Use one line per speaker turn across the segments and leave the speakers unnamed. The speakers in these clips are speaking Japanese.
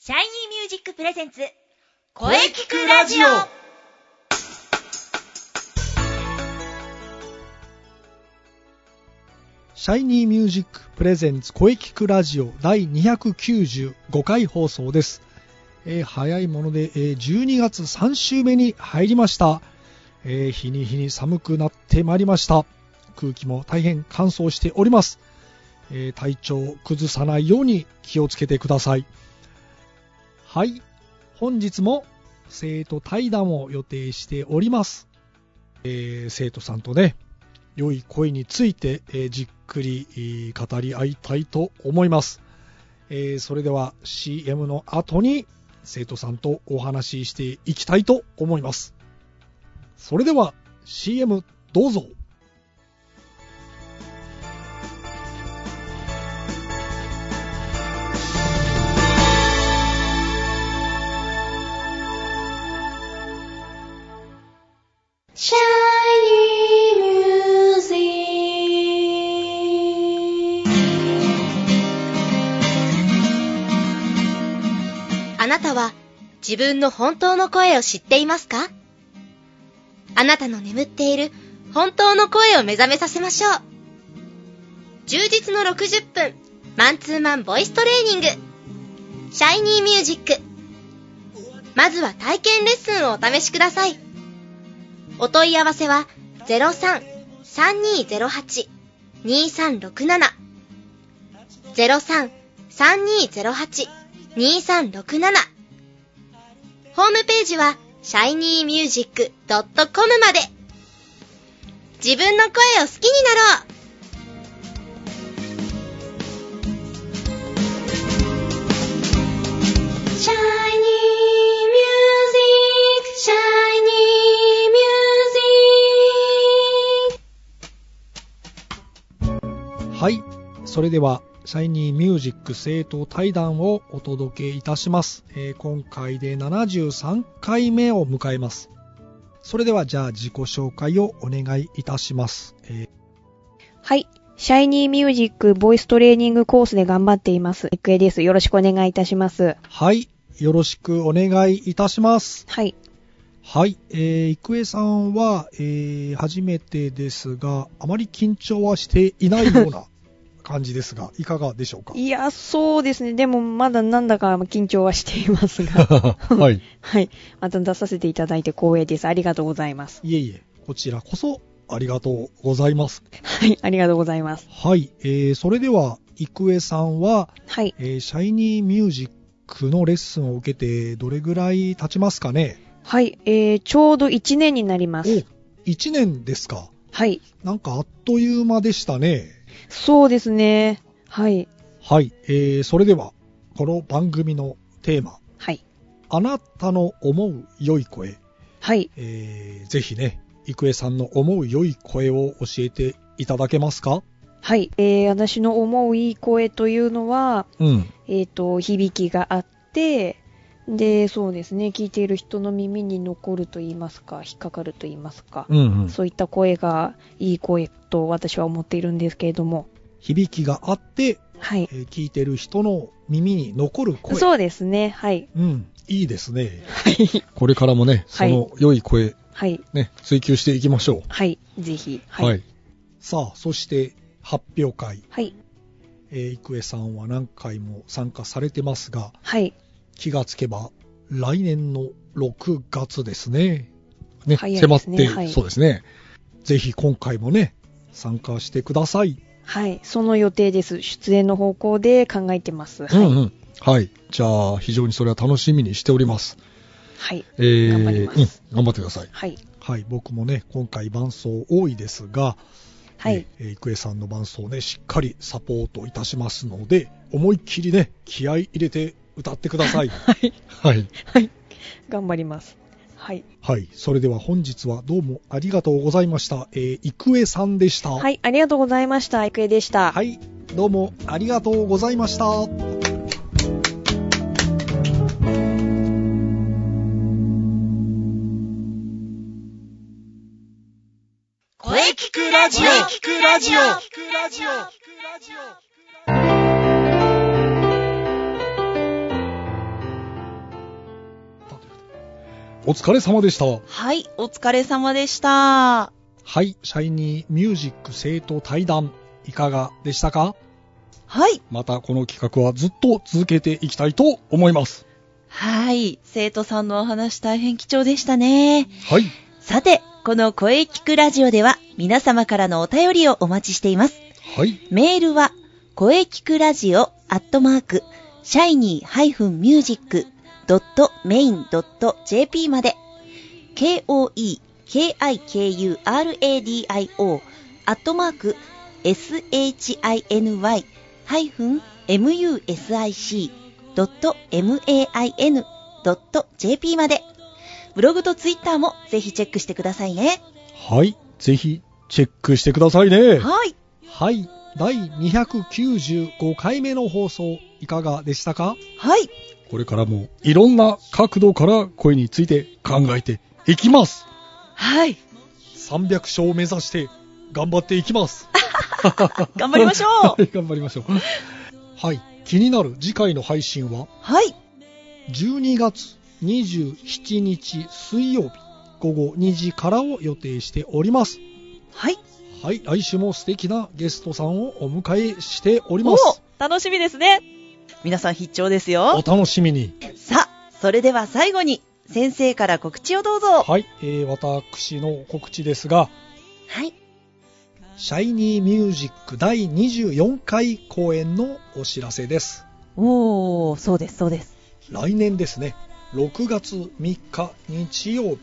シャイニーミュージックプレゼンツ
声聞くラジオ
シャイニーミュージックプレゼンツ声聞くラジオ第295回放送です。えー早いもので、えー12月3週目に入りました、えー日に日に寒くなってまいりました。空気も大変乾燥しております。えー体調を崩さないように気をつけてください。はい、本日も生徒対談を予定しております。えー生徒さんとね、良い声について、えーじっくり、えー語り合いたいと思います、えーそれでは CM の後に生徒さんとお話ししていきたいと思いますそれでは CM どうぞ
シャイニーミュージックあなたは自分の本当の声を知っていますかあなたの眠っている本当の声を目覚めさせましょう。充実の60分、マンツーマンボイストレーニング。シャイニーミュージック。まずは体験レッスンをお試しください。お問い合わせは03-3208-2367 03-3208-2367ホームページは shinymusic.com まで自分の声を好きになろうシャイニーミュージック、シャイニーミュージック。
はいそれではシャイニーミュージック生徒対談をお届けいたします、えー今回で73回目を迎えますそれではじゃあ自己紹介をお願いいたします、えー
はい。シャイニーミュージックボイストレーニングコースで頑張っています。エクエです。よろしくお願いいたします。
はい。よろしくお願いいたします。
はい。
はい。えー、郁恵さんは、えー、初めてですが、あまり緊張はしていないよう な感じですが、いかがでしょうか
いや、そうですね。でも、まだなんだか緊張はしていま すが。
はい。
はい。また出させていただいて光栄です。ありがとうございます。
いえいえ、こちらこそありがとうございます。
はい。ありがとうございます。
はい。えー、それでは、郁恵さんは、
はい。
えー、シャイニーミュージックのレッスンを受けて、どれぐらい経ちますかね
はい。えー、ちょうど1年になります。
お、1年ですか。
はい。
なんかあっという間でしたね。
そうですね。はい。
はい、えー、それでは、この番組のテーマ、
はい。
あなたの思う良い声、
はい。
えー、ぜひね、郁恵さんの思う良い声を教えていただけますか
はい。えー、私の思ういい声というのは、
うん。
えっ、と、響きがあって、で、そうですね、聞いている人の耳に残ると言いますか、引っかかると言いますか、
うん、うん。
そういった声がいい声と私は思っているんですけれども、
響きがあって、
はい。
えー聞いてる人の耳に残る声。う。
そうですね、はい。
ん、いいですね。
はい。
これからもね、
はいそ
良い声、
はい。
ね、追求していきましょう。
はい。ぜひ。い。
さあ、そして、発表会、
はい。
えー、郁恵さんは何回も参加されてますが、
はい。
気がつけば来年の6月ですね。ね、
早い
迫
で
っ
すね
て、
はい
そうですね。ぜひ今回もね、参加してください。
はい。その予定です。出演の方向で考えてます。はい。
うんうん。はい。じゃあ、非常にそれは楽しみにしております。
はい。
えー
頑張ります
うん頑張ってください。
はい。
はい、僕もね、今回伴奏多いですが、
はい。
えー郁恵さんの伴奏をね、しっかりサポートいたしますので、思いっきりね、気合い入れて歌ってください。
はい。
はい。
頑張ります。はい。
はい、それでは本日はどうもありがとうございました。えー、郁恵さんでした。
はい。ありがとうございました。いくえでした。
はい、どうもありがとうございました。
声聞くラジオ
声聞くラジオ
お疲れ様でした。
はい、お疲れ様でした。
はい、シャイニーミュージック生徒対談、いかがでしたか
はい。
またこの企画はずっと続けていきたいと思います。
はい。生徒さんのお話大変貴重でしたね。
はい。
さて、この声聞くラジオでは皆様からのお便りをお待ちしています。
はい。
メールは、声聞くラジオアットマーク、シャイニー -music.main.jp まで、k-o-e-k-i-k-u-r-a-d-i-o アットマーク、shiny-music.main.jp まで、ブログとツイッターもぜひチェックしてくださいね。
はい。ぜひ、チェックしてくださいね。
はい。
はい。第295回目の放送、いかがでしたか
はい。
これからも、いろんな角度から声について考えていきます。
はい。
300勝を目指して、頑張っていきます。
頑張りまし ょう
はい、 頑張りましょう。はい。気になる次回の配信は、
はい。
12月27日水曜日、午後2時からを予定しております。
はい。
はい、来週も素敵なゲストさんをお迎えしておりま
お
す。
楽しみですね。皆さん必聴です
お
よ。
楽しみに。
さあ、それでは最後に、先生から告知をどうぞ。
はい、えー私の告知ですが、
はい。
シャイニーミュージック第24回公演のお知らせです。
おー、そうです、そうです。
来年ですね、6月3日日曜日、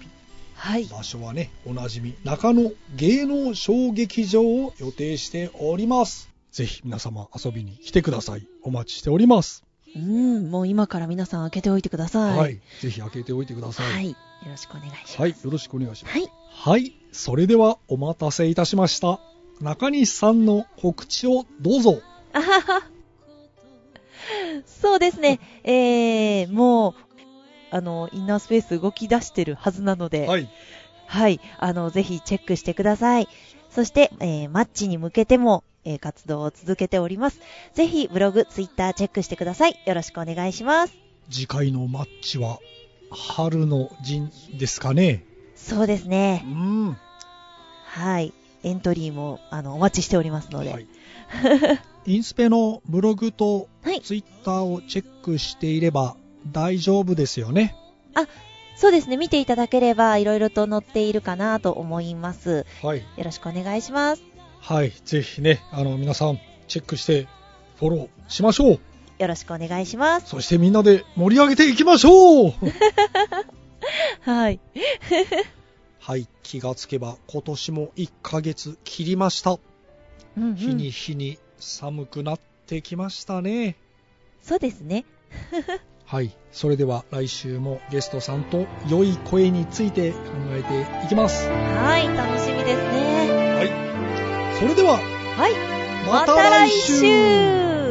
はい。
場所はね、おなじみ中野芸能小劇場を予定しております。ぜひ皆様遊びに来てください。お待ちしております。
うん、もう今から皆さん開けておいてくだ
は
さ
い、
い。
ぜひ開けておいてください。
はい。よろしくお願いします。
はい、よろしくお願いします。
はい。
はい、それではお待たせいたしました。中西さんの告知をどうぞ。
あはは。そうですね。えー、もう、あの、インナースペース動き出してるはずなので、
はい、
はい。あの、ぜひチェックしてください。そして、えーマッチに向けても、えー活動を続けております。ぜひ、ブログ、ツイッターチェックしてください。よろしくお願いします。
次回のマッチは春の陣ですかね。
そうです
う
ね。
ん。は
はい。エントリーも、あの、お待ちしておりますので。
い。 インスペのブログと
はい
ツイッターをチェックしていれば大丈夫ですよね。
そうですね。見ていただければ、いろいろと載っているかなと思います。
はい。
よろしくお願いします。
はい、ぜひね、あの皆さんチェックしてフォローしましょう。
よろしくお願いします。
そしてみんなで盛り上げていきましょう
はい。
はい、気がつけば今年も1ヶ月切りました。
うん、うん。
日に日に寒くなってきましたね。
そうですね。
はい、それでは来週もゲストさんと良い声について考えていきます。
はい。楽しみですね。
それでは、
はい。
また来週
また来週